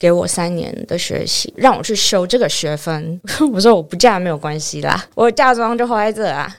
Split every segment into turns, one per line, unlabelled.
给我三年的学习，让我去修这个学分。 我说我不嫁没有关系啦，我嫁妆就花在这啊。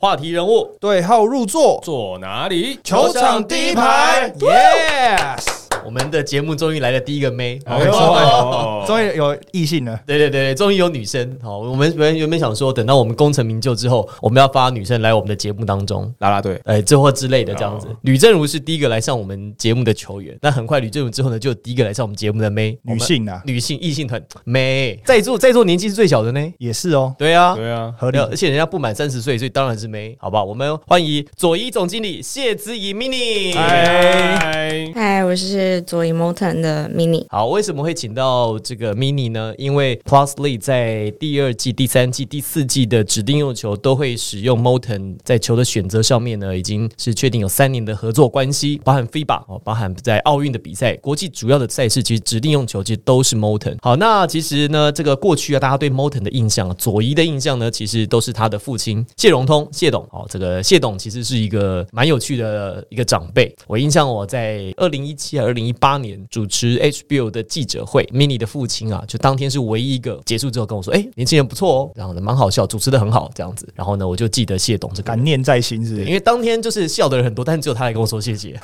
话题人物
对号入座，
坐哪里？
球场第一排，yes，
我们的节目终于来了第一个妹，
哎
好
呦
终于终于有异性了。
对对对对，终于有女生。好，我们原原本想说，等到我们功成名就之后，我们要发女生来我们的节目当中，
啦啦队，
哎，最后之类的这样子。吕正如是第一个来上我们节目的球员，那很快吕正如之后呢，就有第一个来上我们节目的妹，
女 性啊
我们女性异性团妹，在座在座年纪是最小的呢。
也是哦，
对啊，
对啊，
合理
而且人家不满三十岁，所以当然是妹，好不好？我们欢迎左一总经理谢子怡 mini。
哎嗨，
嗨，哎我是左一 Moton 的 Mini。
好，为什么会请到这个 mini 呢？因为 Plusly 在第二季、第三季、第四季的指定用球都会使用 Moton，在球的选择上面呢，已经是确定有三年的合作关系，包含 FIBA 哦，包含在奥运的比赛、国际主要的赛事，其实指定用球其实都是 Moton。好，那其实呢，这个过去啊，大家对 Moton 的印象啊，左一的印象呢，其实都是他的父亲谢荣通，谢董。哦，这个谢董其实是一个蛮有趣的一个长辈。我印象我在二零一七还二零一八年主持 HBO 的记者会，Mini 的父亲啊，就当天是唯一一个结束之后跟我说：“哎、年轻人不错哦，然后呢蛮好笑，主持的很好这样子。”然后呢，我就记得谢董这个人
感念在心是不
对
是
因为当天就是笑的人很多，但只有他来跟我说谢 谢，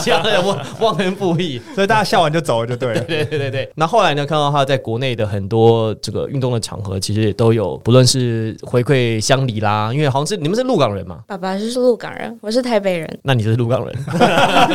其他人忘忘恩负义。
所以大家笑完就走了就对了。
对对对对。那后来呢，看到他在国内的很多这个运动的场合，其实也都有，不论是回馈乡里啦，因为好像是你们是鹿港人嘛。
爸爸是鹿港人，我是台北人。
那你就是鹿港人，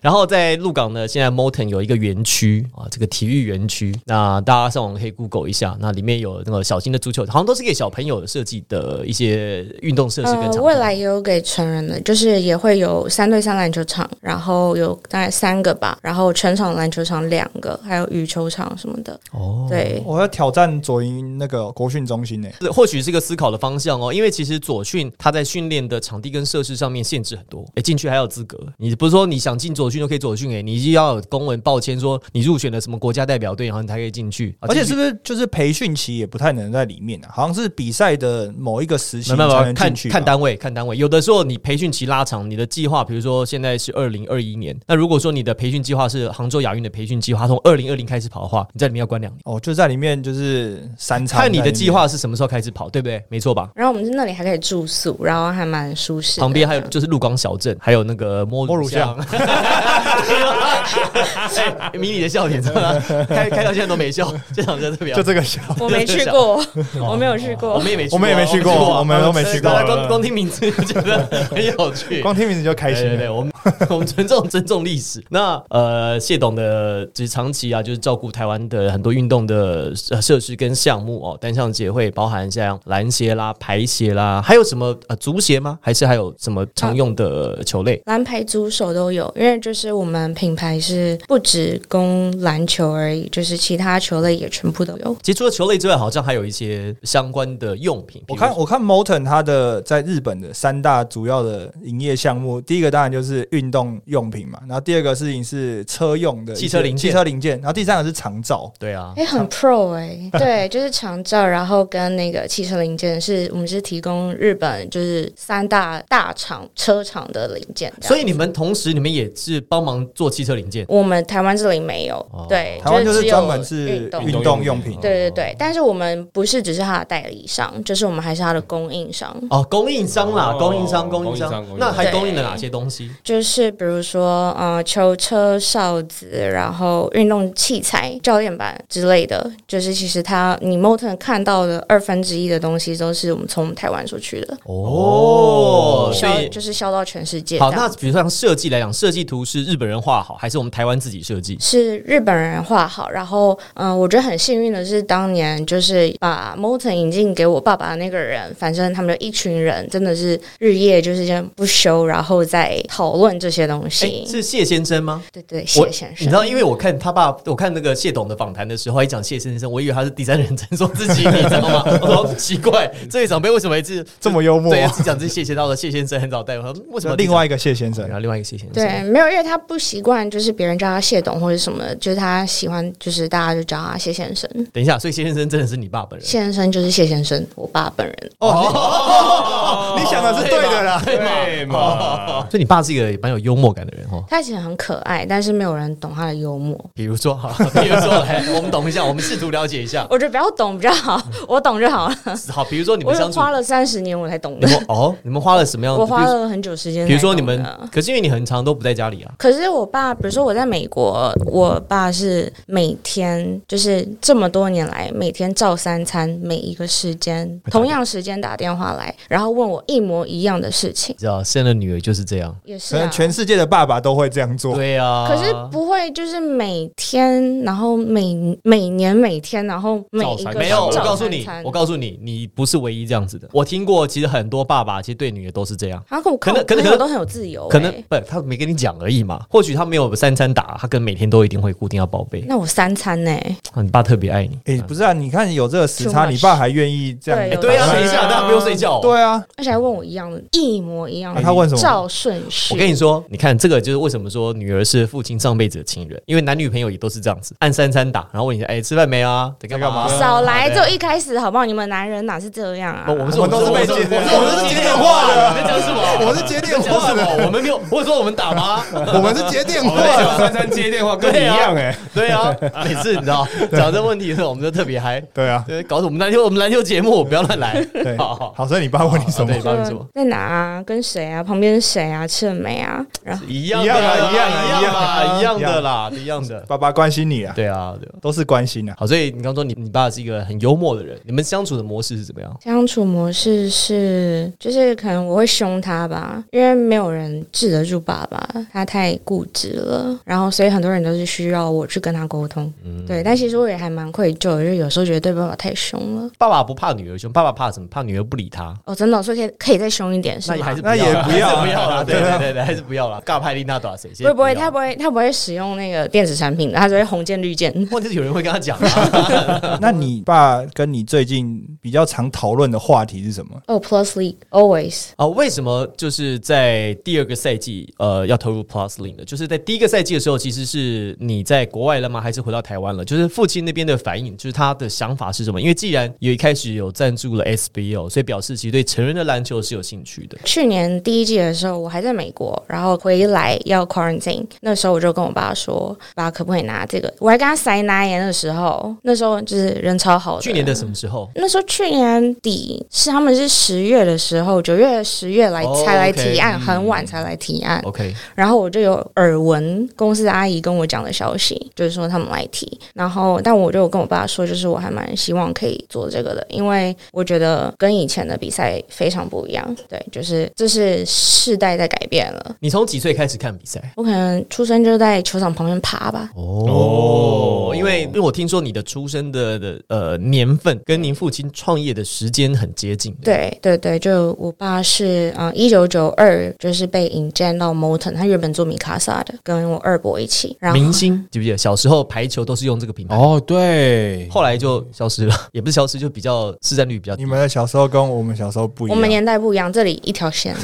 然后在鹿港呢，现在 Moton 有一个园区啊，这个体育园区，那大家上网可以 Google 一下，那里面有那个小型的足球，好像都是给小朋友设计的一些运动设施跟场地。
呃未来也有给成人的，就是也会有三对三篮球场，然后有大概三个吧，然后全场篮球场两个，还有羽球场什么的。
哦，
对，
我要挑战左营那个国训中心欸呢、
是或许是一个思考的方向哦，因为其实左训他在训练的场地跟设施上面限制很多，哎，进去还有资格，你不是说你想进左训就可以左训，哎，你就要有公文报签说你入选了什么国家代表队，然后你才可以进去，啊
而
进
且
去
是不是就是培训期也不太能在里面啊？好像是比赛的某一个时期才
没有没有没
能
有看
进去吧。
看单位，看单位。有的时候你培训期拉长，你的计划，比如说现在是二零二一年，那如果说你的培训计划是杭州亚运的培训计划，从二零二零开始跑的话，你在里面要关两年，
哦，就在里面就是三场。
看你的计，划是什么时候开始跑，对不对？没错吧？
然后我们在那里还可以住宿，然后还蛮舒适的。
旁边还有就是鹿港小镇，还有那个摸
摸乳
乳巷。 哎迷你的笑点，真的开开到现在都没笑，这场真的特别好
就。这 个小，
我没去过，
哦
我没有去
我
过
们。也没去过，啊
我们也没去过我们都没去过嗯
大家光光听名字就觉得很有趣。
光听名字就开
对
心了。
对对，我们 我们尊重尊重历史。那呃，谢董的就是长期啊，就是照顾台湾的很多运动的呃设施跟项目哦，单项协会包含像篮协啦、排协啦，还有什么呃足协吗？还是还有什么常用的球类？
蓝牌足手都有，因为就是我们品牌是不只供篮球而已，就是其他球类也全部都有。
其实除了球类之外，好像还有一些相关的用品。
我看
比如说
我看 Moton 它的在日本的三大主要的营业项目，第一个当然就是运动用品嘛，然后第二个事情是车用的一些
汽车零件
汽车零件，然后第三个是长照。
对啊，
哎、很 pro 哎、对，就是长照，然后跟那个汽车零件是，我们是提供日本就是三大大厂车厂的零件，
所以你们同时你们也是帮忙做汽车零件。
我们台湾这里没有，
哦
对，
台湾就是
只有
专门是
运动。
运动用品，
对对对，但是我们不是只是它的代理商，就是我们还是它的供应商，
哦，供应商啦，
哦
供应商，
供
供
应
应
商
商
供应商，
那还
对
供应了哪些东西？
就是比如说呃球车、哨子，然后运动器材、教练板之类的，就是其实它你 Moton 看到的二分之一的东西都是我们从我们台湾出去的，
哦，所
销
以
就是销到全世界这
好，
样。
那比如说像设计来讲，设计图是日本人画好，还是我们台湾自己设计？
是日本人画好，然后嗯、呃我觉得很幸运的是，当年就是把 Moton 引进给我爸爸的那个人，反正他们就一群人，真的是日夜就是这样不休，然后再讨论这些东西
诶。哎是谢先生吗？
对对，
我
谢先生，
你知道，因为我看他爸，我看那个谢董的访谈的时候，还讲谢先生，我以为他是第三人称说自己，你知道吗？我说奇怪，这位长辈为什么一直
这么幽默
对，只讲这谢先生，到了谢先生很早带我，他说为什么
另外一个谢先生
然，后另外一个谢先生？
对，没有，因因为他不习惯，就是别人叫他谢董或者什么的，就是他喜欢，就是大家就叫他谢先生。
等一下，所以谢先生真的是你爸本人？
谢先生就是谢先生，我爸本人。
哦，你想的是对的啦。
对嘛？
所以你爸是一个蛮有幽默感的人哦。
他其实很可爱，但是没有人懂他的幽默。
比如说， 好，比如说，来，我们懂一下，我们试图了解一下。
我觉得不要懂比较好， 我懂就好了。
好，比如说你
我
们
有
相处，
花了三十年我才懂
你
的，
们哦，你们花了什么样的？
我花了很久时间才懂的。
比如，比如说你们，可是因为你很长都不在家里啊。
可是我爸，比如说我在美国，我爸是每天就是这么多年来，每天照三餐，每一个时间
打
同样时间打电话来，然后问我一模一样的事情
你，知道，生了女儿就是这样。
也是、
可
啊
能。全世界的爸爸都会这样做。
对啊，
可是不会，就是每天，然后每每年每天，然后每
照
一
三
个
没有，我
照
告诉
三
你
餐，
我告诉你，你不是唯一这样子的。我听过，其实很多爸爸其实对女儿都是这样。
啊，可我
可
可
能
能
可
可能
能可能
都很有自由欸、
可能不，他没跟你讲而已嘛。或许他没有三餐打，他跟每天都一定会固定要报备。
那我三餐呢、
啊你爸特别爱你，
诶，不是啊，你看有这个时
Too
差，
much
你爸还愿意这
对
样。
有对啊
等一下大家不用睡
觉哦对，
对啊，
而且还问我一样的，一模一样的。
啊他问什么
照顺序。
我跟你说，你看这个就是为什么说女儿是父亲上辈子的亲人，因为男女朋友也都是这样子，按三三打，然后问一下，哎、吃饭没啊？在干嘛？
在干嘛
少来，
对啊
就一开始好不好？你们男人哪是这样啊？
不我们是
我们都是被接
我们
我们是接电话的
你在讲什么？
我是接电
讲
话
什
的，
么？我们没有，我说我们打吗？
我们是接电
我
话
们小
的。
珊珊接电话跟你一样
欸
哎，
对啊，每次你知道讲这问题的时候，我们就特别嗨。
对啊，
对，搞什么我们篮球，我们篮球节目不要乱来。
对。
好好
好，所以你爸问你什么
对？
就
帮你什么
在哪啊？跟谁啊？旁边是谁啊？吃了没啊？然后
一样
一样啊
的
一样啊
一样啦，一
一样
样
啊
的啦，一样的。
爸爸关心你啊，
对啊，对啊。
都是关心啊。
好，所以你刚说你你爸是一个很幽默的人，你们相处的模式是怎么样？
相处模式是，就是可能我会凶他吧，因为没有人治得住爸爸，他太固执了。然后，所以很多人都是需要我去跟他沟通。
嗯
对，但其实我也还蛮愧疚的，就是有时候觉得对爸爸太凶了。
爸爸不怕女儿凶，爸爸怕什么？怕女儿不理他。
哦，真的哦、所以可以可以再凶一点，是
那也
吗
还？是
那也
不
不要
要
啊
啦，还是不要 啦，对
对
对
啊
对对，还是不要啦。尬拍琳娜打谁？先
会不会
要
他不会他不会使用那个电子产品的，他只会红键绿键。
或者是有人会跟他讲啊？
那你爸跟你最近比较常讨论的话题是什么？
哦、p l u s League always
啊，为什么就是在第二个赛季呃要投入 Plus Link 的？就是在第一个赛季的时候，其实是你在国外了吗？还是回到台湾了？就是父亲那边的反应，就是他的想法是什么？因为既然有一开始有赞助了 SBO，所以表示其实对成人的篮球是有兴趣的。
去年第一季的时候，我还在美国，然后回来要 quarantine，那时候我就跟我爸说，爸可不可以拿这个？我还跟他塞奶耶，那时候那时候就是人超好的。
去年的什么时候？
那时候去年底是他们是十月的时候，九月十月来
哦
才来
OK，
提案
嗯
很晚才来提案。
OK，
然后我就有耳闻公司的阿姨跟我讲的消息，就是说他们来提。然后，但我就有跟我爸说，就是我还蛮希望可以做这个的，因为我觉得跟以前的比赛非常不一样。对，就是这是世代在改变了。
你从几岁开始看比赛？
我可能出生就在球场旁边爬吧。
哦，因为因为我听说你的出生的的呃年份跟您父亲创业的时间很接近，
对对对，就我爸是嗯一九九二就是被引荐到 Moton，他原本做米卡萨的，跟我二伯一起。然后
明星记不记得小时候排球都是用这个品牌？
哦，对，
后来就消失了，也不是消失，就比较市占率比较低
你。们的小时候跟我们小时候不一
我
样。
们年代不一样，这里一条线。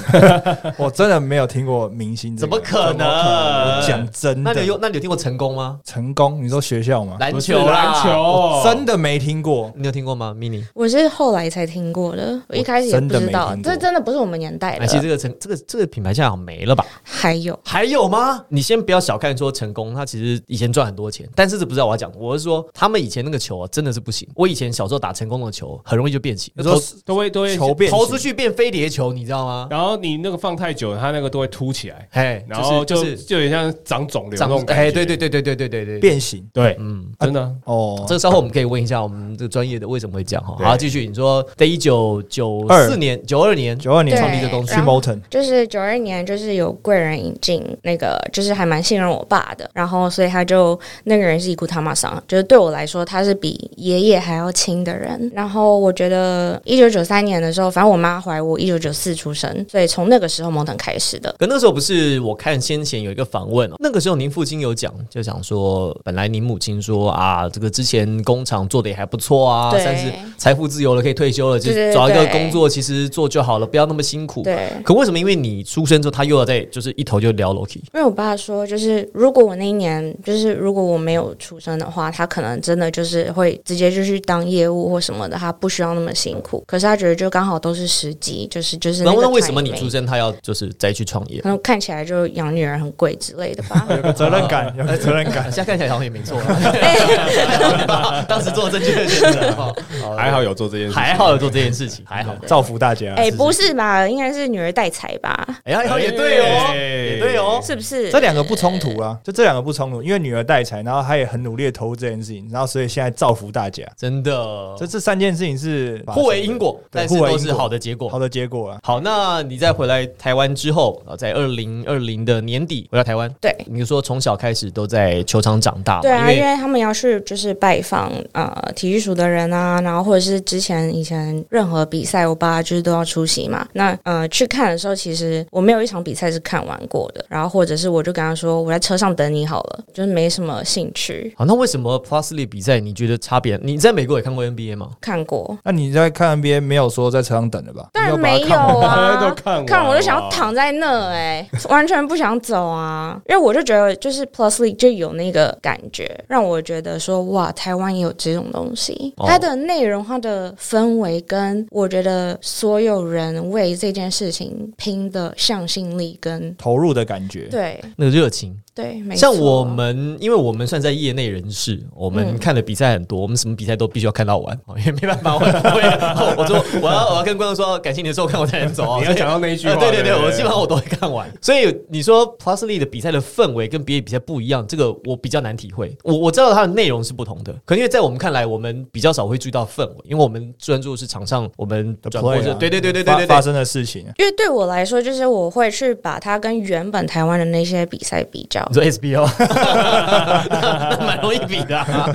我真的没有听过明星这
怎
个，
么可
怎么可
能？
能讲真
那
的，
你有那你有听过成功吗？
成功？你说学校吗？
篮
不是
球啦，
篮哦
我
球，
真的没听过。
你有听过吗？mini，
我是后来才听过的，我一开始也不知道
我真的没听，过
这真的不是我们年代
哎，其实
的。
这个成这个这个品牌现在好像没了吧？
还有，
还有吗？你先不要小看说成功，他其实以前赚很多钱，但是这不是我要讲的，我是说他们以前那个球啊，真的是不行。我以前小时候打成功的球，很容易就变形，
你说
都会都会
球变
投出，去变飞碟球，你知道吗？
然后你那个放太久，它那个都会凸起来，
哎，
然后
就
就是是
就是
就有点像长肿瘤那
长
种感觉。
哎，对对对对对对对对，
变形
对，
嗯。
真的
哦
这，个稍后我们可以问一下我们这个专业的为什么会这样哈。
对
好，继续你说，在一九九四
二
年、九二年，
九二年
对
这东西
去
然后
Moton，
就是九二年，就是有贵人引进那个，就是还蛮信任我爸的，然后所以他就那个人是伊古塔玛桑，就是对我来说他是比爷爷还要亲的人。然后我觉得一九九三年的时候，反正我妈怀我一九九四出生，所以从那个时候蒙腾开始的。
可那时候不是我看先前有一个访问哦，那个时候您父亲有讲，就讲说，本来您母亲说啊，这个之前工厂做的也还不错啊，
对
三十财富自由了，可以退休了，就
对对对
找一个工作，其实做就好了，不要那么辛苦。
对，
可为什么？因为你出生之后，他又要在就是一头就聊 Loki？
因为我爸说，就是如果我那一年，就是如果我没有出生的话，他可能真的就是会直接就去当业务或什么的，他不需要那么辛苦。可是他觉得就刚好都是时机，就是就是
然
那
后
个
那为什么你
timing
出生他要就是再去创 业？
可能看起来就养女儿很贵之类的 吧。
有个责任感，有个责任感
现。在看起来好像也没 错
哎
啊， 当时做正确的选择，好
还好有做这件事，
还好啊有做这件事 情，还好。
造福大家，
哎、不是吧？应该是女儿带财吧？
哎呀，也对哦，也对哦。
是不是？
这两个不冲突啊，就这两个不冲突，因为女儿带财，然后她也很努力的投入这件事情，然后所以现在造福大家，
真的
这，这三件事情是
哦互为因果，
对
但是
互为
都
因
是
果
好的结果
好。的结果啊。
好，那你再回来台湾之后，啊，在二零二零的年底回到台湾，
对
你说从小开始都在球场长大嘛，
对啊，
因
因
为
为他们要去就是拜访呃体育署的人啊，然后或者是之前以前任何比赛，我爸就是都要出席嘛。那呃去看的时候，其实我没有一场比赛是看完过的。然后或者是我就跟他说，我在车上等你好了，就是没什么兴趣
好，那为什么 Plus League 比赛你觉得差别？你在美国也看过 NBA 吗？
看过。
那你在看 NBA 没有说在车上等的吧？
当然
你把它
没有
看完
大家
啊
都，看完
看我就想要躺在那哎、完全不想走啊，因为我就觉得就是 Plus League 就有那个感觉，让我觉得说哇，台湾也有这种东西。
哦
它的内容、它的氛围，跟我觉得所有人为这件事情拼的向心力跟
投入的感觉。
对
那个热情，
对，没
像
错
我们，因为我们算在业内人士，我们
嗯
看的比赛很多，我们什么比赛都必须要看到完，哦也没办法，我我也 我说我要我要跟观众说，感谢你的收看，我才能走啊。
你要讲到那一句
呃
话，
对对对，我基本上我都会看完。 所以你说 Plus League 的比赛的氛围跟别的比赛不一样，这个我比较难体会。我我知道它的内容是不同的，可因为在我们看来，我们比较少会注意到氛围，因为我们专注的是场上我们
The
转播
play
是，
啊
对对对对对
发
对
发
对。
生的事情，啊
因为对我来说，就是我会去把它跟原本台湾的那些比赛比较
你。说 SBO，那那蛮容易比的 啊、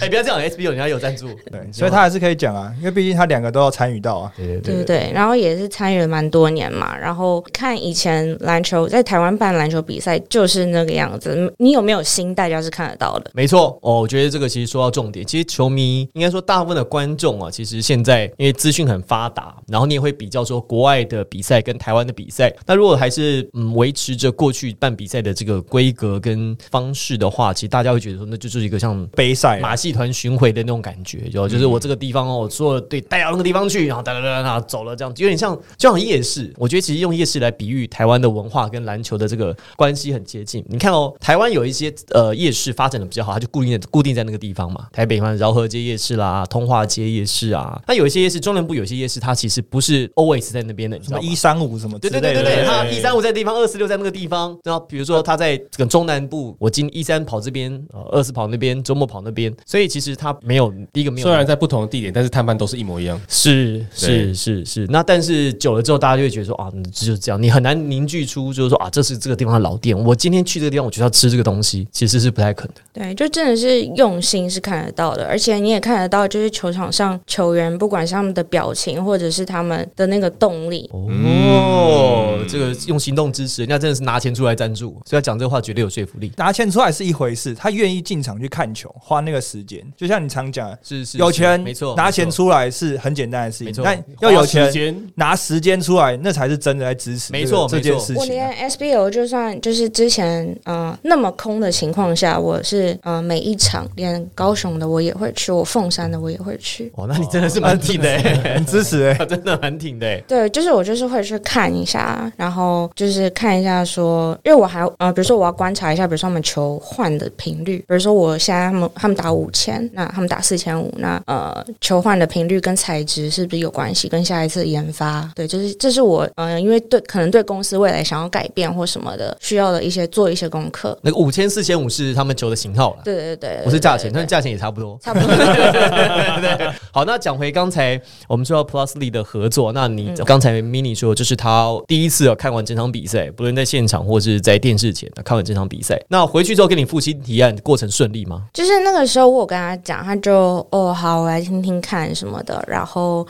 哎、不要这样，SBO 人家有赞助，
对，所以他还是可以讲啊，因为毕竟他两个都要参与到啊。
对对
对对对，然后也是参与了蛮多年嘛，然后看以前篮球在台湾办篮球比赛就是那个样子，你有没有心，大家是看得到的。
没错哦，我觉得这个其实说到重点，其实球迷应该说大部分的观众啊，其实现在因为资讯很发达，然后你也会比较说国外的比赛跟台湾的比赛，那如果还是嗯维持着过去办比赛的这个规格跟方式的话，其实大家会觉得说那就是一个像。
杯赛啊
马戏团巡回的那种感觉，就就是我这个地方哦，我做对带到那个地方去，然后哒哒哒哒走了，这样有点像就像夜市。我觉得其实用夜市来比喻台湾的文化跟篮球的这个关系很接近。你看哦，台湾有一些呃夜市发展的比较好，它就固定的固定在那个地方嘛，台北嘛饶河街夜市啦、通化街夜市啊。那有一些夜市，中南部有一些夜市，它其实不是 always 在那边的，你知
什
道
么
吗？
一三五什么之
对对
类
对
的，
对
对
对，
对
他
对
一三五在地方，二四六在那个地方。然后比如说他在这个中南部，我今一三跑这边，呃二四跑那边，周末跑那边，所以其实他没有第一个没有
虽然在不同的地点，但是探班都是一模一样。
是
对
是是是，那但是久了之后，大家就会觉得说啊，这就是这样，你很难凝聚出就是说啊，这是这个地方的老店，我今天去这个地方，我就要吃这个东西，其实是不太可能。
对，就真的是用心是看得到的，而且你也看得到，就是球场上球员不管是他们的表情，或者是他们的那个动力，
哦，这个用行动支持，人家真的是拿钱出来赞助，所以他讲这话绝对有说服力。
拿钱出来是一回事，他愿意进场去看球，花那个时间，就像你常讲的，
是是，
有
是
钱
没错，
拿
没
钱
错
出来是很简单的事
没
情，
错
但要有
花时
钱
间
拿时间出来，那才是真的在支持这个。
没错
这
没
件
错
事
我
情 啊、
连 SBO 就算就是之前呃那么空的情况下，我是呃每一场连高雄的我也会去，我凤山的我也会去，
哇，那你真的是蛮挺的、
哦
欸，
很支持哎、
真的蛮挺的、欸。
对，就是我就是会去看一下，然后就是看一下说，因为我还呃，比如说我要观察一下，比如说他们球换的频率，比如说我现在他们他们打五千，那他们打四千五，那呃球换的频率跟材质是不是有关系？跟下一次研发，对，就是这是我呃，因为对可能对公司未来想要改变或什么的，需要的一些做一些功课。
那个五千四千五是他们球的型号了，
对对对，
不是价钱，
对对
但是价钱也差不多。
差不多。
好，那讲回刚才我们说到 Plus Lee 的合作，那你
嗯
刚才 Mini 说，就是他第一次啊看完整场比赛，不论在现场或是在电视前，他看完整场比赛，那回去之后跟你父亲提案，过程顺利吗？
就是那个时候我有跟他讲，他就哦好，我来听听看什么的，然后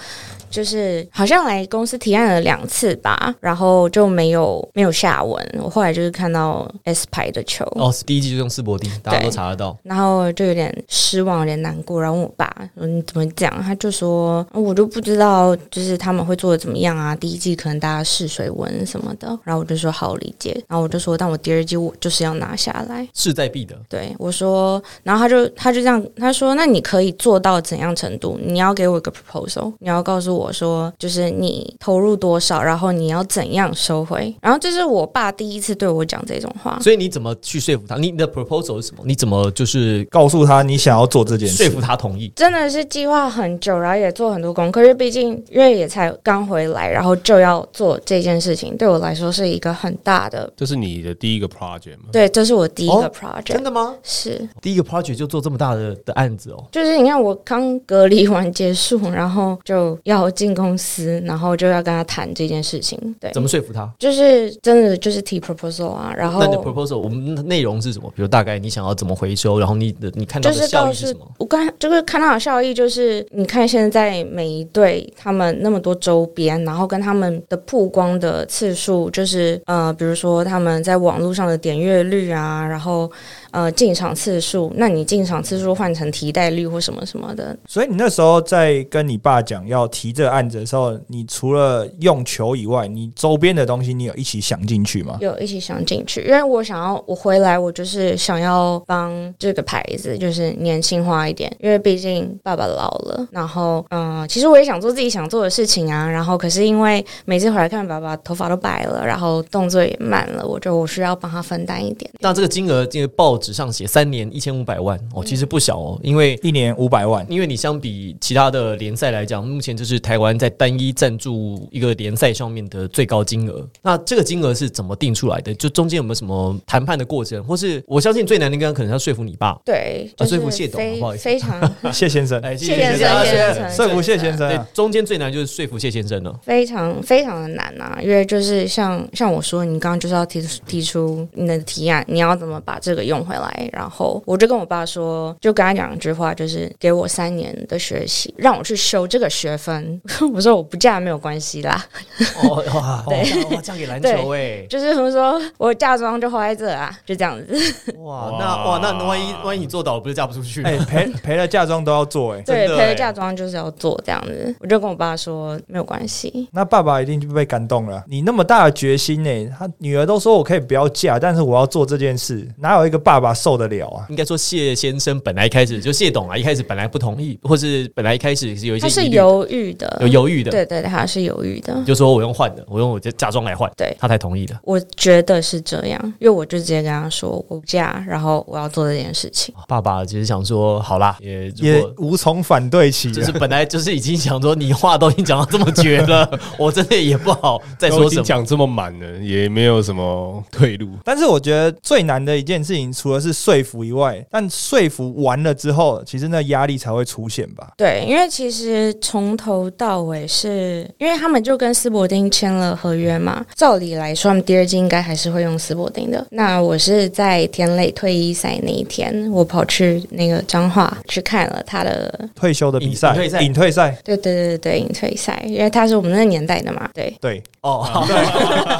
就是好像来公司提案了两次吧，然后就没有没有下文。我后来就是看到 S 牌的球，
哦，第一季就用斯伯丁，大家都查得到。
然后就有点失望，有点难过。然后问我爸，我说你怎么讲？他就说，我就不知道，就是他们会做的怎么样啊？第一季可能大家试水温什么的。然后我就说好理解。然后我就说，但我第二季我就是要拿下来。
势在必得，
对我说，然后他就他就这样，他说，那你可以做到怎样程度？你要给我一个 proposal，你要告诉我说，就是你投入多少，然后你要怎样收回。然后这是我爸第一次对我讲这种话。
所以你怎么去说服他？你你的 proposal 是什么？你怎么就是
告诉他你想要做这件
说
事
服。他同意？
真的是计划很久，然后也做很多功课，因为毕竟因为也才刚回来，然后就要做这件事情，对我来说是一个很大的。
这是你的第一个 project 吗？
对，这是我第一个
哦
project，、
真的吗？
是
第一个 project 就做这么大的的案子哦，
就是你看我刚隔离完结束，然后就要进公司，然后就要跟他谈这件事情，对，
怎么说服他？
就是真的就是提 proposal 啊，然后
那你的 proposal 我们的内容是什么？比如大概你想要怎么回收，然后你的你看到
就
的
是
效
告
益是
诉
什么？
我刚就是看到的效益，就是你看现在每一队他们那么多周边，然后跟他们的曝光的次数，就是呃，比如说他们在网络上的点阅率啊，然后呃进场次数，那你进场次数换成替代率或什么什么的，
所以你那时候在跟你爸讲要提这个案子的时候，你除了用球以外，你周边的东西你有一起想进去
啊
吗？
有一起想进去，因为我想要我回来，我就是想要帮这个牌子就是年轻化一点，因为毕竟爸爸老了。然后嗯、呃其实我也想做自己想做的事情啊。然后可是因为每次回来看爸爸头发都白了，然后动作也慢了，我就我需要帮他分担一点。
那这个金额，这个报纸上写三年一千五百万哦，其实不小哦，因为
一年五 百万，
因为你相比其他的联赛来讲，目前就是台湾在单一赞助一个联赛上面的最高金额。那这个金额是怎么定出来的？就中间有没有什么谈判的过程，或是我相信最难的应该可能要说服你爸。
对，
啊
就是
说服谢董
非
不好意思
非常
谢先生，
哎，
谢先
大
生
家
谢先生
说服谢先生
对
啊，，
中间最难就是说服谢先生了。
非常非常的难啊，因为就是像像我说，你刚刚就是要提提出你的提案，你要怎么把这个用回来？然后我就跟我爸说，就跟他讲一句话，就是给我三年的学习，让我去修这个学分。 我说我不嫁没有关系啦，
哦，哇，哇，嫁给篮球哎，
就是我说我嫁妆就花在这啊，就这样子。
哇，那哇，那万一万一你做倒，不是嫁不出去吗？
哎， 赔赔了嫁妆都要做哎、
对，
真的
陪
欸
了嫁妆就是要做这样子。我就跟我爸说没有关系，
那爸爸一定就被感动了。你那么大的决心呢、他女儿都说我可以不要嫁，但是我要做这件事，哪有一个爸爸受得了啊？
应该说谢先生本来一开始就谢董啊，一开始本来不同意，或是本来一开始是有一些
他是
疑虑
犹豫的，
有犹豫的，
对对，对他是犹豫的。
就说我用换的，我用我的嫁妆来换，
对
他才同意的。
我觉得是这样，因为我就直接跟他说我不嫁，然后我要做这件事情。
啊爸爸其实想说，好啦，也如
也
果。
无从反对起
就
啊
是本来就是已经想说你话都已经讲到这么绝了， 我真的也不好再
都
说
已
什
经
么。
讲这么满了，也没有什么退路。
但是我觉得最难的一件事情，除了是说服以外，但说服完了之后，其实那压力才会出现吧。
对，因为其实从头到尾是因为他们就跟斯伯丁签了合约嘛，照理来说，他们第二季应该还是会用斯伯丁的。那我是在田磊退役赛那一天，我跑去那个彰化去看了他的，
退休的比
隐退赛
赛，隐退赛，
对对对对对，隐退赛，因为他是我们那个年代的嘛，对，
对，
哦，好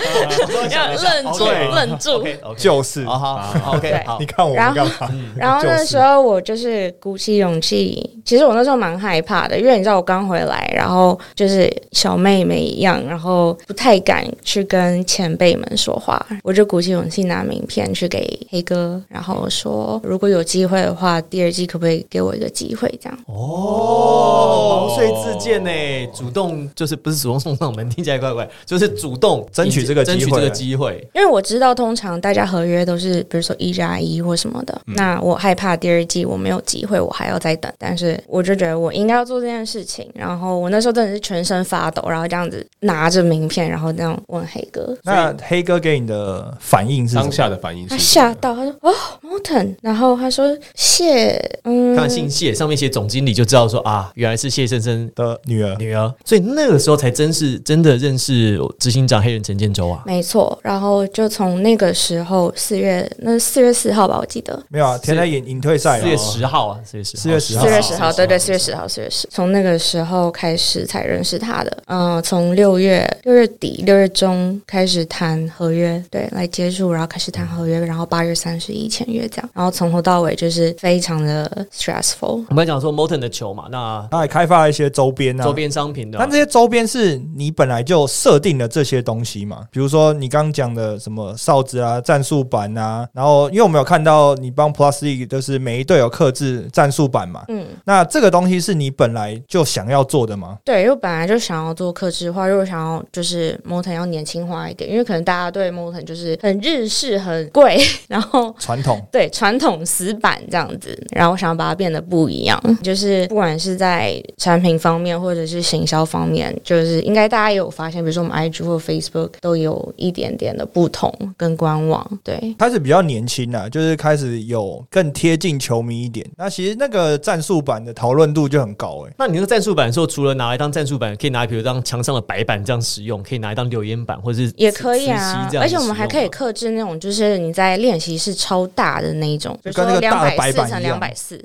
要愣住愣住
，OK，
就是。
好好好，OK，
对
好
你。看我们干嘛？
然后那时候我就是鼓起勇气，其实我那时候蛮害怕的，因为你知道我刚回来，然后就是小妹妹一样，然后不太敢去跟前辈们说话，我就鼓起勇气拿名片去给黑哥，然后说如果有机会的话，第二季可不可以给我一个机会？这样
哦，毛遂自荐呢，主动就是不是主动送上门，听起来怪怪，就是主动
争取这个
争取
机
这
会
个机会。
因为我知道通常大家合约都是比如说一加一或什么的，那我害怕第二季我没有机会，我还要再等。但是我就觉得我应该要做这件事情，然后我那时候真的是全身发抖，然后这样子拿着名片，然后这样问黑哥。
那黑哥给你的反应是什
当
么？
下的反应
他
是
吓到，他说：“哦，Mountain。”然后他说：“谢，嗯，
看姓谢，上面写总经理就知道说啊，原来是谢先生
的女儿，
女儿，所以那个时候才真是真的认识执行长黑人陈建州啊。
没错。”然后就从那个时候，四月那四月四号吧，我记得
没有啊？田在隐隐退赛啊，
哦四月十号啊，四月十，
4月10号
四月十号，对对，四月十号，四月十。从那个时候开始才认识他的。嗯、从六月六月底六月中开始谈合约，对，来接触，然后开始谈合约，然后八月三十一签约这样，然后从头到尾就是非常的 stressful。
我们讲说 Moten 的球嘛，那
他也开发了一些周边啊，
周边商品的
但这些周边是你本来就设定的这些东西嘛？比如说你刚刚讲的什么哨子啊、战术板啊，然后因为我们有看到你帮 Plus League 就是每一队有克制战术板嘛，
嗯，
那这个东西是你本来就想要做的吗？
对，因为我本来就想要做克制化，因为我想要就是 Moten 要年轻化一点，因为可能大家对 Moten 就是很日式、很贵， 然后
传统
对传统死板这样子，然后我想要把它变得不一样，就是不管是在产品方面或者是行销方面，就是应该大家也有发现，比如说我们 IG 或 Facebook 都有一点点的不同跟官网，对
开始比较年轻了、就是开始有更贴近球迷一点。那其实那个战术版的讨论度就很高欸诶、
那你那个战术板的时候，除了拿来当战术板，可以拿来比如当墙上的白板这样使用，可以拿来当留言板，或者是
也可以
磁
啊
吸这样子使用。
而且我们还可以克制那种，就是你在练习室超大的那一种，比
就
如
跟
说
那个
两
大的
百
白
四
板
乘
一样
两百四。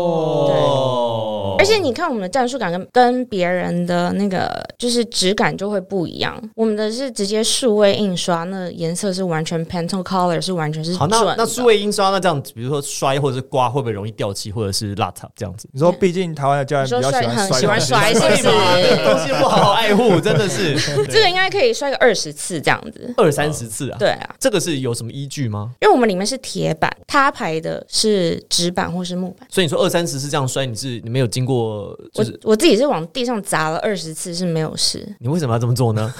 哦，
而且你看，我们的战术感跟跟别人的那个就是质感就会不一样。我们的是直接数位印刷，那颜色是完全 Pantone color 是完全是
好，
准
那
的。
那数位印刷那这样，比如说摔或者是刮，会不会容易掉漆或者是邋遢这样子？
你说，毕竟台湾的教
你
练
说
比较
摔
喜
很
欢摔
喜欢
东
摔，是
西
不是？
东西不好好爱护，真的是
这个应该可以摔个二十次这样子。
二三十次啊。
对啊，
这个是有什么依据吗？
因为我们里面是铁板，他排的是纸板或是木板。
所以你说二三十次这样摔，你是你没有经过，就是
我我自己是往地上砸了二十次是没有事，
你为什么要这么做呢？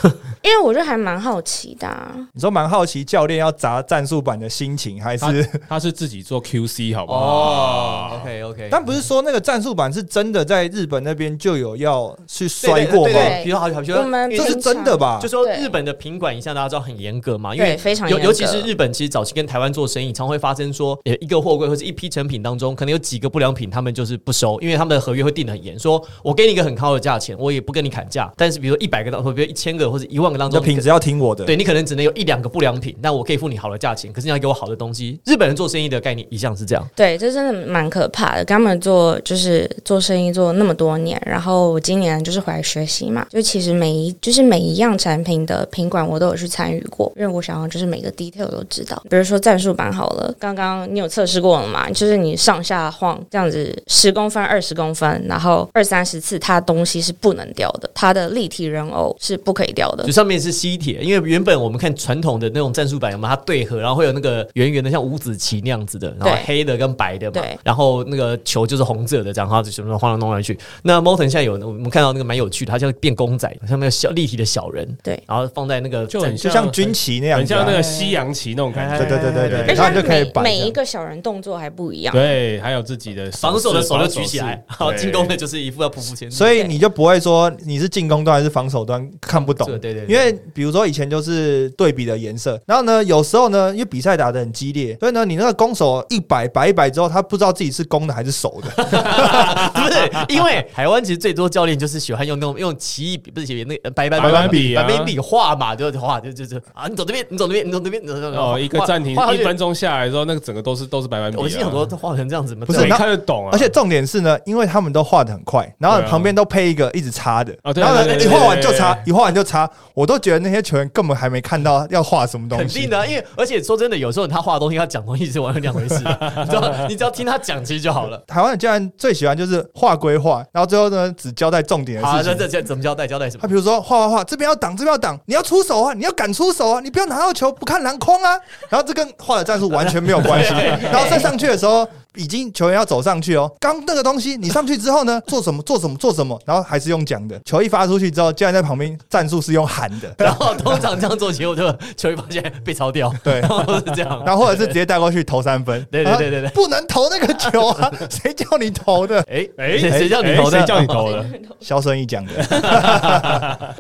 因为我就还蛮好奇的啊、
你说蛮好奇教练要砸战术版的心情，还
他
是？
他是自己做 QC 好不好？
哦，OK OK，
但不是说那个战术版是真的在日本那边就有要去摔过
对对对
吗？
对
比如好，比如
我们
因
这
为
是真的吧
就？说
对
日本的品管一下，大家知道很严格嘛，因
对，
为。
非常
尤
严
尤其
格
是日本，其实早期跟台湾做生意，常会发生说，呃，一个货柜或是一批成品当中，可能有几个不良品，他们就是不收，因为他们的合约会定得很严，说我给你一个很高的价钱，我也不跟你砍价，但是比如说一百个当，或比如一千个或者一万个当
你的
中，
品质要听我的。
对你可能只能有一两个不良品，但我可以付你好的价钱，可是你要给我好的东西。日本人做生意的概念一向是这样，
对，这真的蛮可怕的。跟他们做就是做生意做那么多年，然后我今年就是回来学习嘛，就其实每一就是每一样产品的品管我都有去参与过，因为我想要就是每个 detail 都知道。比如说战术版好了，刚刚你有测试过了嘛？就是你上下晃这样子十公分、二十公分，然后二三十次，它东西是不能掉的，它的立体人偶是不可以掉的
就。上面是吸铁，因为原本我们看传统的那种战术板，有没有它对合，然后会有那个圆圆的像五子棋那样子的，然后
对
黑的跟白的嘛
对，
然后那个球就是红色的，这样然后就什么晃来弄来去。那 Molten 现在有我们看到那个蛮有趣的，它像变公仔，像那个小立体的小人，
对，
然后放在那个
就
战
很
就像军旗那样
很
子
像
啊，
那个西洋棋那种感
对
觉，
对对对对，
而且
然后
它
你就可以
每
摆
每一
这样
个小人动作还不一样。
对，还有自己的
防守的手就
势
举起来，然
防
后
守势
进攻的
对
就是一副要匍匐前进。
所以你就不会说你是进攻端还是防守端看不懂
对。对对，
因为比如说以前就是对比的颜色，然后呢，有时候呢，因为比赛打得很激烈，所以呢，你那个攻手一摆摆一摆之后，他不知道自己是攻的还是守的，
不是，因为台湾其实最多教练就是喜欢用那种用奇异笔，不是写那个呃白板
白板笔
白
啊
板笔画嘛，就画就就就啊，你走这边，你走那边，你走那边，你走那边
哦，一个暂停一。
画画
分钟下来之后，那个整个都是都是白板笔啊。
我记得很多都画成这样子嘛，
不是
对
对
一
那
看就懂啊，
而且重点是呢，因为他们都画的很快，然后
对啊
旁边都配一个一直擦的，
哦对
然后呢，
对
一
对
画完就擦
对，对啊
一画完就擦，我都觉得那些球员根本还没看到要画什么东
肯
西
定。的啊，因为而且说真的，有时候他画的东西，他讲东西是完全两回 事啊，你知道，你只要听他讲其实就好了。
台湾的教练最喜欢就是画归画，然后最后呢只交代重点的
好啊，
事
这
情。
这这怎么交代？交代什
他
么？
比如说画画画，这边要挡，这边要挡，你要出手啊，你要敢出手啊，你不要拿到球不看篮筐啊。然后这跟画的战术完全没有关系。然后再上去的时候，已经球员要走上去哦，刚那个东西你上去之后呢，做什么做什么做什么，然后还是用讲的。球一发出去之后，竟然在旁边战术是用喊的，
然后通常这样做，结果就 球会发现被抄掉，
对
然后都是这样。
然后或者是直接带过去投三分。
对对对对对
啊不能投那个球啊，谁叫你投的？
哎
哎，
谁谁叫你
哎
投的？
谁叫你
哦
投的？
肖申一讲的。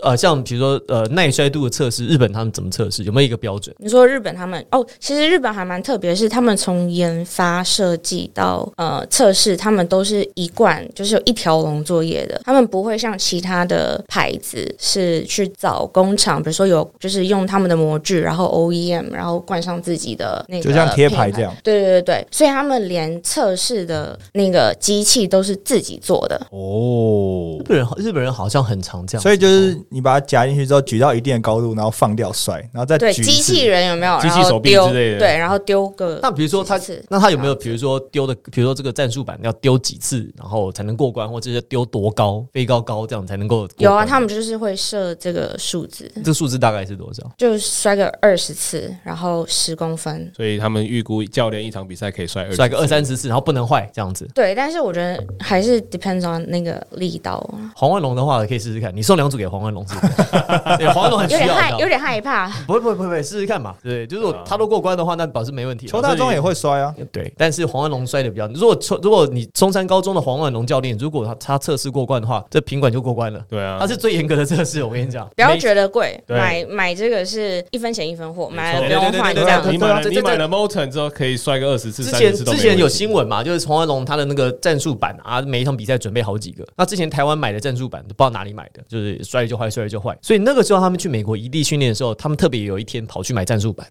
呃，像比如说呃耐摔度的测试，日本他们怎么测试？有没有一个标准？
你说日本他们哦，其实日本还蛮特别，是他们从研发设计季到呃测试，他们都是一贯就是有一条龙作业的，他们不会像其他的牌子是去找工厂，比如说有就是用他们的模具，然后 OEM，然后冠上自己的那个
就像贴牌
品
这样。
对对对对，所以他们连测试的那个机器都是自己做的，
哦
日，本人好日本人好像很常这样，哦
所以就是你把它夹进去之后，举到一定的高度，然后放掉摔，然后再
对
举一
机
次
器人有没有？
机器
然后
手臂
丢
之类的
对，然后丢个
那比如说他
几次，
那他有没有
这样子
比如说丢的，比如说这个战术板要丢几次，然后才能过关，或者是丢多高，飞高高这样才能够过
有啊，
关
他们就是会设这个数字，
这数字大概是多少？
就摔个二十次，然后十公分。
所以他们预估教练一场比赛可以摔二，
甩个二三十次，然后不能坏这样子。
对，但是我觉得还是 depends on 那个力道啊，
黄万龙的话可以试试看，你送两组给黄万龙试试看， 对，黄万龙很需
有点
要
害，
你
有
知道
点
吗。
害怕。
不会不会不会不会，试试看嘛。对，就是我他都过关的话，那表示没问题了。
邱啊大庄也会摔啊，
对，但是黄万龙摔的比较，如果如果你中山高中的黄万龙教练，如果他他测试过关的话，这品管就过关了。
对啊，
他是最严格的测试，我跟你讲。
不要觉得贵，
对
买买这个是一分钱一分货，买了
对
不
对
用
对
换
对
这
对
样
对。你
对
买
啊
了
这
你
这
买了 Moton 之后可以摔个二十次、
之
三
前
十次都
之
没
前有
问题
新闻嘛，就是黄万龙他的那个战术板啊，每一场比赛准备好几个。那之前台湾买的战术板不知道哪里买的，就是摔了就坏，摔了就坏。所以那个时候他们去美国一地训练的时候，他们特别有一天跑去买战 术板。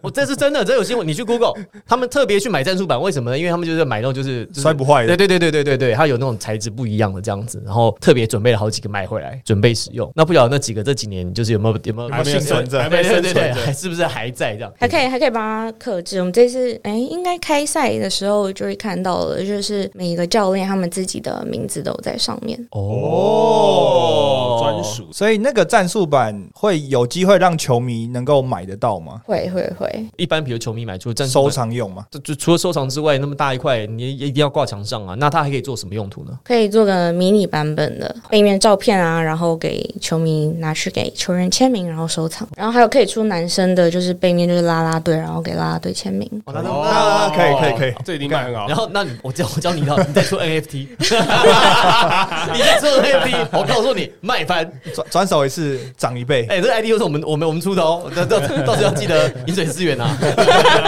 我这是真的，这有新闻，你去 Google，他们特别去买战术板，为什么呢？因为他们就是买那种就是、就是、
摔不坏
对
的。
对对对对对对，它有那种材质不一样的这样子，然后特别准备了好几个买回来，准备使用。那不晓得那几个这几年就是有没有有没有
还没有
幸存者
还没
对
有
对
生
对对，
存
还
者，
是不是还在这样？
还可以，还可以帮他克制。我们这次哎、应该开赛的时候就会看到了，就是每一个教练他们自己的名字都在上面。
哦，专属
所以那个战术版会有机会让球迷能够买得到吗？
会会会，
一般比如球迷买出战术
收
板
藏用吗？
就就除了收藏之外，那么大一块，你也一定要挂墙上啊。那它还可以做什么用途呢？
可以做个迷你版本的背面照片啊，然后给球迷拿去给球员签名，然后收藏。然后还有可以出男生的，就是背面就是啦啦队，然后给啦啦队签名。
哦，那
那可以可以可以
这一定卖很好
然。后那你我教我教你一套，你再出 NFT，你再出 NFT，我告诉你卖翻。
转转手一次涨一倍，
哎、这个 ID 都是我们我们我们出的哦， 到到到时候要记得饮水思源啊。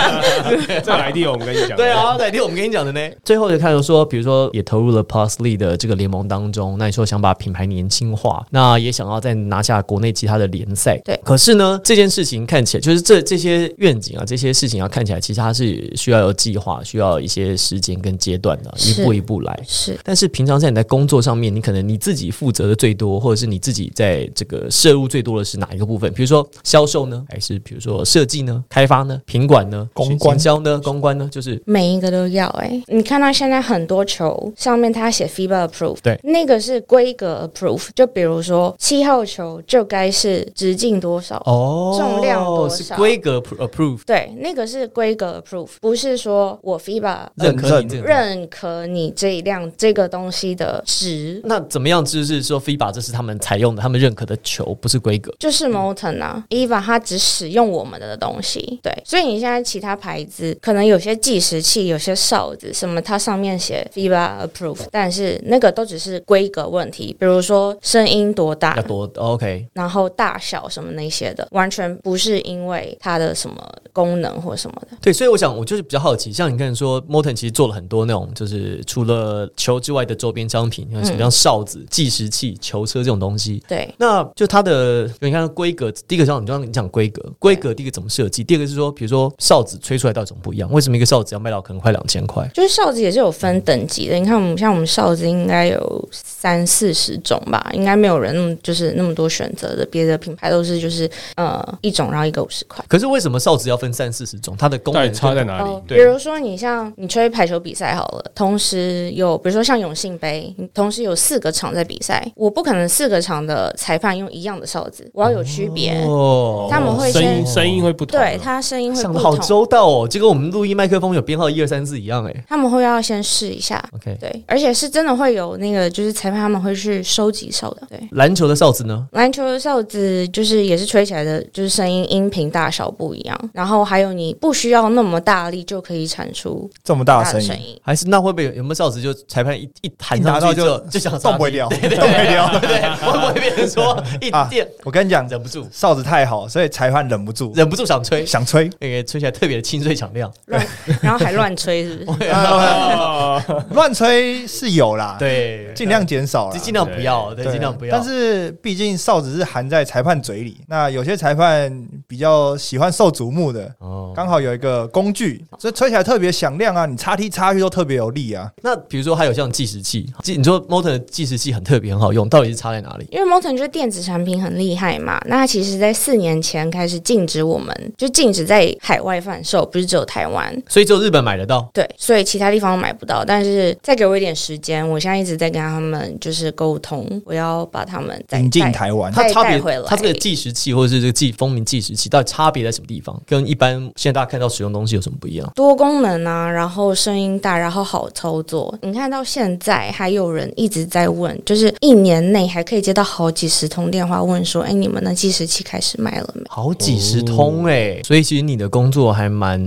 这个 idea 我们跟你讲，
对，啊，哪天我们跟你讲的呢？最后就看到说，比如说也投入了 Parsley 的这个联盟当中，那你说想把品牌年轻化，那也想要再拿下国内其他的联赛。
对
可是呢，这件事情看起来就是这这些愿景啊，这些事情啊，看起来其实它是需要有计划，需要一些时间跟阶段的，
是
一步一步来。
是
但是平常在你在工作上面，你可能你自己负责的最多，或者是你自己在这个摄入最多的是哪一个部分？比如说销售呢，还是比如说设计呢、开发呢、品管呢、
公
行
关
销呢、公关呢？就是
每一个都要哎、你看到现在很多球上面他写 FIBA approve，
对
那个是规格 approve。就比如说七号球就该是直径多少，
哦，
重量多少
是规格 appro- approve
对，那个是规格 approve，不是说我 FIBA
呃认可你这
认
个。
认可你这一辆这个东西的值，
那怎么样？就是说，FIBA 这是他们采用的，他们认可的球，不是规格。
就是 Molten 啊，Eva 它只使用我们的东西，对，所以你现在其他牌子可能有些计时器、有些哨子什么，它上面写 Eva approve，但是那个都只是规格问题，比如说声音多大
要。多 OK，
然后大小什么那些的，完全不是因为它的什么功能或什么的。
对，所以我想，我就是比较好奇，像你刚才说，Morton 其实做了很多那种，就是除了球之外的周边商品，像什么像哨子、计时器、球车这种东西，
对，
那就它的，你看规格，第一个像你刚刚讲规格，规格第一个怎么设计，第二个是说，比如说哨子吹出来到底怎么不一样？为什么一个哨子要卖到可能快两千块？
就是哨子也是有分等级的。你看，我们像我们哨子应该有三四十种吧，应该没有人那么就是那么多选择的。别的品牌都是就是呃一种，然后一个五十块。
可是为什么哨子要分三四十种？它的功
到底
能
差在
哪？
哪
哦
里？，
对
比如说你像你吹排球比赛好了，同时有比如说像永信杯，你同时有四个场在比赛，我不可能四个场的裁判用一样的哨子，我要有区别。
哦
他们会
声
先
音声音会不同，啊
对，他声音会
想
不
的好
同，
周到哦，结果我们录音麦克风有编号一二三四一样哎。
他们会要先试一下。
OK，
对，而且是真的会有那个，就是裁判他们会去收集哨的。对，
篮球的哨子呢？
篮球的哨子就是也是吹起来的，就是声音音频大小不一样，然后还有你不需要那么大力就可以产出
这么大的
大的
声
声
音，
音。
还是那会不会有有没有邵子就裁判一一弹
一拿
上
到
去
就
就就想
动不会掉，
对
动不会掉。
对，会不会变成说 一
啊
点
我跟你讲，
忍不住，
哨子太好，所以裁判忍不住
忍不住想吹，
想吹。
那个吹起来特别的清脆响亮。
乱，然后还乱吹，是不
哦
是？
哦
乱吹是有啦，，
对，
啊尽量减少啦
尽。量不要，对，
对
尽量不要。
但是毕竟哨子是含在裁判嘴里，那有些裁判比较喜欢受瞩目的，
哦，
刚好有一个工具，所以吹起来特别响亮啊，你插踢插去都特别有力啊。
那比如说还有像计时器，计你说 m o t o r 的计时器很特别，很好用，到底是差在哪里？
因为 Moton 就是电子产品很厉害嘛，那其实，在四年前开始禁止我们，就禁止在海外贩售，不是只有台湾。
所以只有日本买得到。
对，所以其他地方买不到，但是再给我一点时间，我现在一直在跟他们就是沟通，我要把他们再
引进
带
台湾，
它差别
带回，来
它这个计时器或者是这个计风鸣计时器，到底差别在什么地方？跟一般现在大家看到使用东西有什么不一样？
多功能啊，然后声音大，然后好操作。你看到现在还有人一直在问，就是一年内还可以接到好几十通电话问说，哎，你们的计时器开始卖了没？
好几十通哎、所以其实你的工作还蛮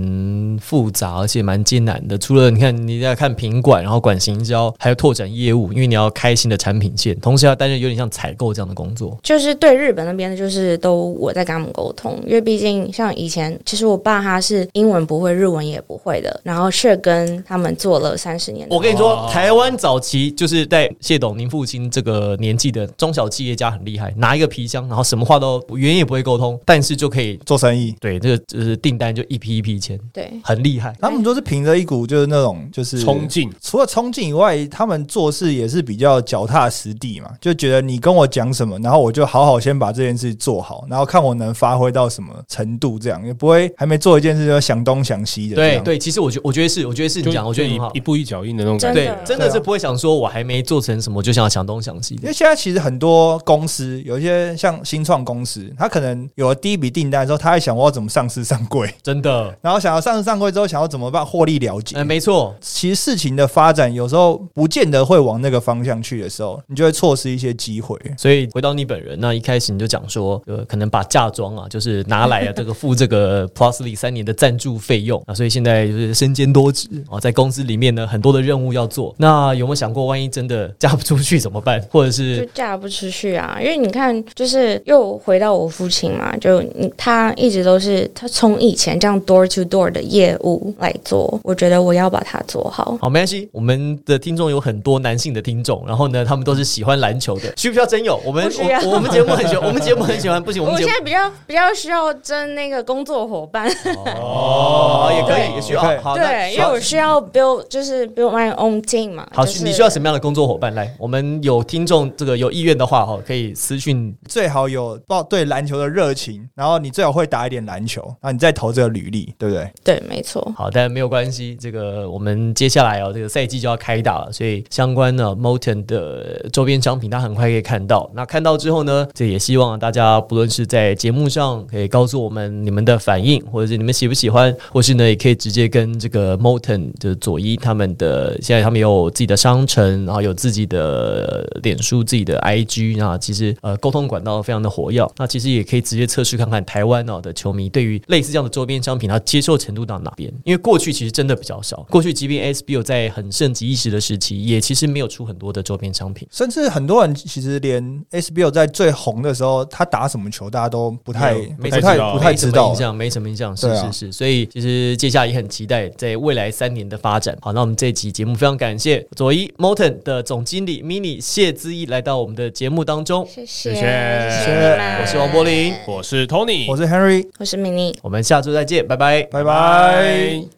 复杂，而且蛮艰难的。除了你看你在看品管，然后管行销，还有拓展业务，因为你要开新的产品线，同时要担任有点像采购这样的工作。
就是对日本那边的，就是都我在跟他们沟通，因为毕竟像以前，其实我爸他是英文不会，日文也不会的，然后却跟他们做了三十年的。
我跟你说，台湾早期就是在谢董您父亲这个年纪的中小企业家很厉害，拿一个皮箱，然后什么话都语言也不会沟通，但是就可以
做生意。
对这个就是订单就一批一批签，
对，
很厉害。
他们都是凭着一股就是那种就是
冲劲，
除了冲劲以外，他们做事也是比较脚踏实地嘛，就觉得你跟我讲什么，然后我就好好先把这件事做好，然后看我能发挥到什么程度，这样也不会还没做一件事就想东想西的。这
对
样，
对，其实我觉我觉得是，我觉得是你
就
讲，我觉
就
得很好
一啊一步一脚印的那种感
真
觉。
对
的，
真的是不会想说我还没做成什么，就想要想东想西
因
的。
为现在其实很多公司，有一些像新创公司，他可能有了第一笔订单之后，他还想我要怎么上市上柜，
真的，
然后想要上市上柜之后，想要怎么办获利了结。
呃，没错，
其实事情的发展有时候不见得会往那个方向去的时候，你就会错失一些机会。
所以回到你本人，那一开始你就讲说，呃，可能把嫁妆啊，就是拿来 啊，这个付这个 Plusly 三年的赞助费用啊，所以现在就是身兼多职啊，在公司里面呢，很多的任务要做。那有没有想过，万一真的嫁不出去怎么办？或者
就是嫁不出去啊，因为你看，就是又回到我父亲嘛，就你他一直都是他从以前这样 door to door 的业务来做，我觉得我要把它做好。
好，没关系，我们的听众有很多男性的听众，然后呢，他们都是喜欢篮球的，需不需要真友？我们
不需要
我我们节目很喜欢，我们节目很喜欢，不行，我
我
们节
现
目
在比较比较需要争那个工作伙伴，
哦也可以，
对
也需
也可以
要好，那
对，因为我需要 build 就是 build my own team 嘛。
好，
就是
你需要什么样的工作伙伴？来，我们有听众这个有意愿的话，哈，可以私讯
最好有抱对篮球的热情，然后你最好会打一点篮球，然后你再投这个履历，对不对？
对，没错。
好，但没有关系，这个我们接下来哦，这个赛季就要开打了，所以相关的 Moten 的周边商品，大家很快可以看到。那看到之后呢，这也希望大家不论是在节目上可以告诉我们你们的反应，或者是你们喜不喜欢，或是呢也可以直接跟这个 Moten 就是佐伊他们的，现在他们有自己的商城，然后有自己的呃脸书、自己的 IG 啊，其实呃沟通管道非常的活跃。那其实也可以直接测试看看台湾哦的球迷对于类似这样的周边商品，它接受程度到哪边？因为过去其实真的比较少，过去即便 SBO 在很盛极一时的时期，也其实没有出很多的周边商品。
甚至很多人其实连 SBL 在最红的时候，他打什么球，大家都不太、
没
不
有
太、
没
不太不
知道
太
没什
知
么
道
印。象，没什么印象，是
对
是
啊
是，所以其实接下来也很期待在未来三年的发展。好，那我们这一期节目非常感谢佐伊 Moten 的总经理 Mini 谢之一来到我们的节目当中，
谢谢，
谢谢
谢你们
我是王柏林，
我是 Tony，
我是 Henry，
我是 Mini。
我们下周再见，拜拜。
拜拜。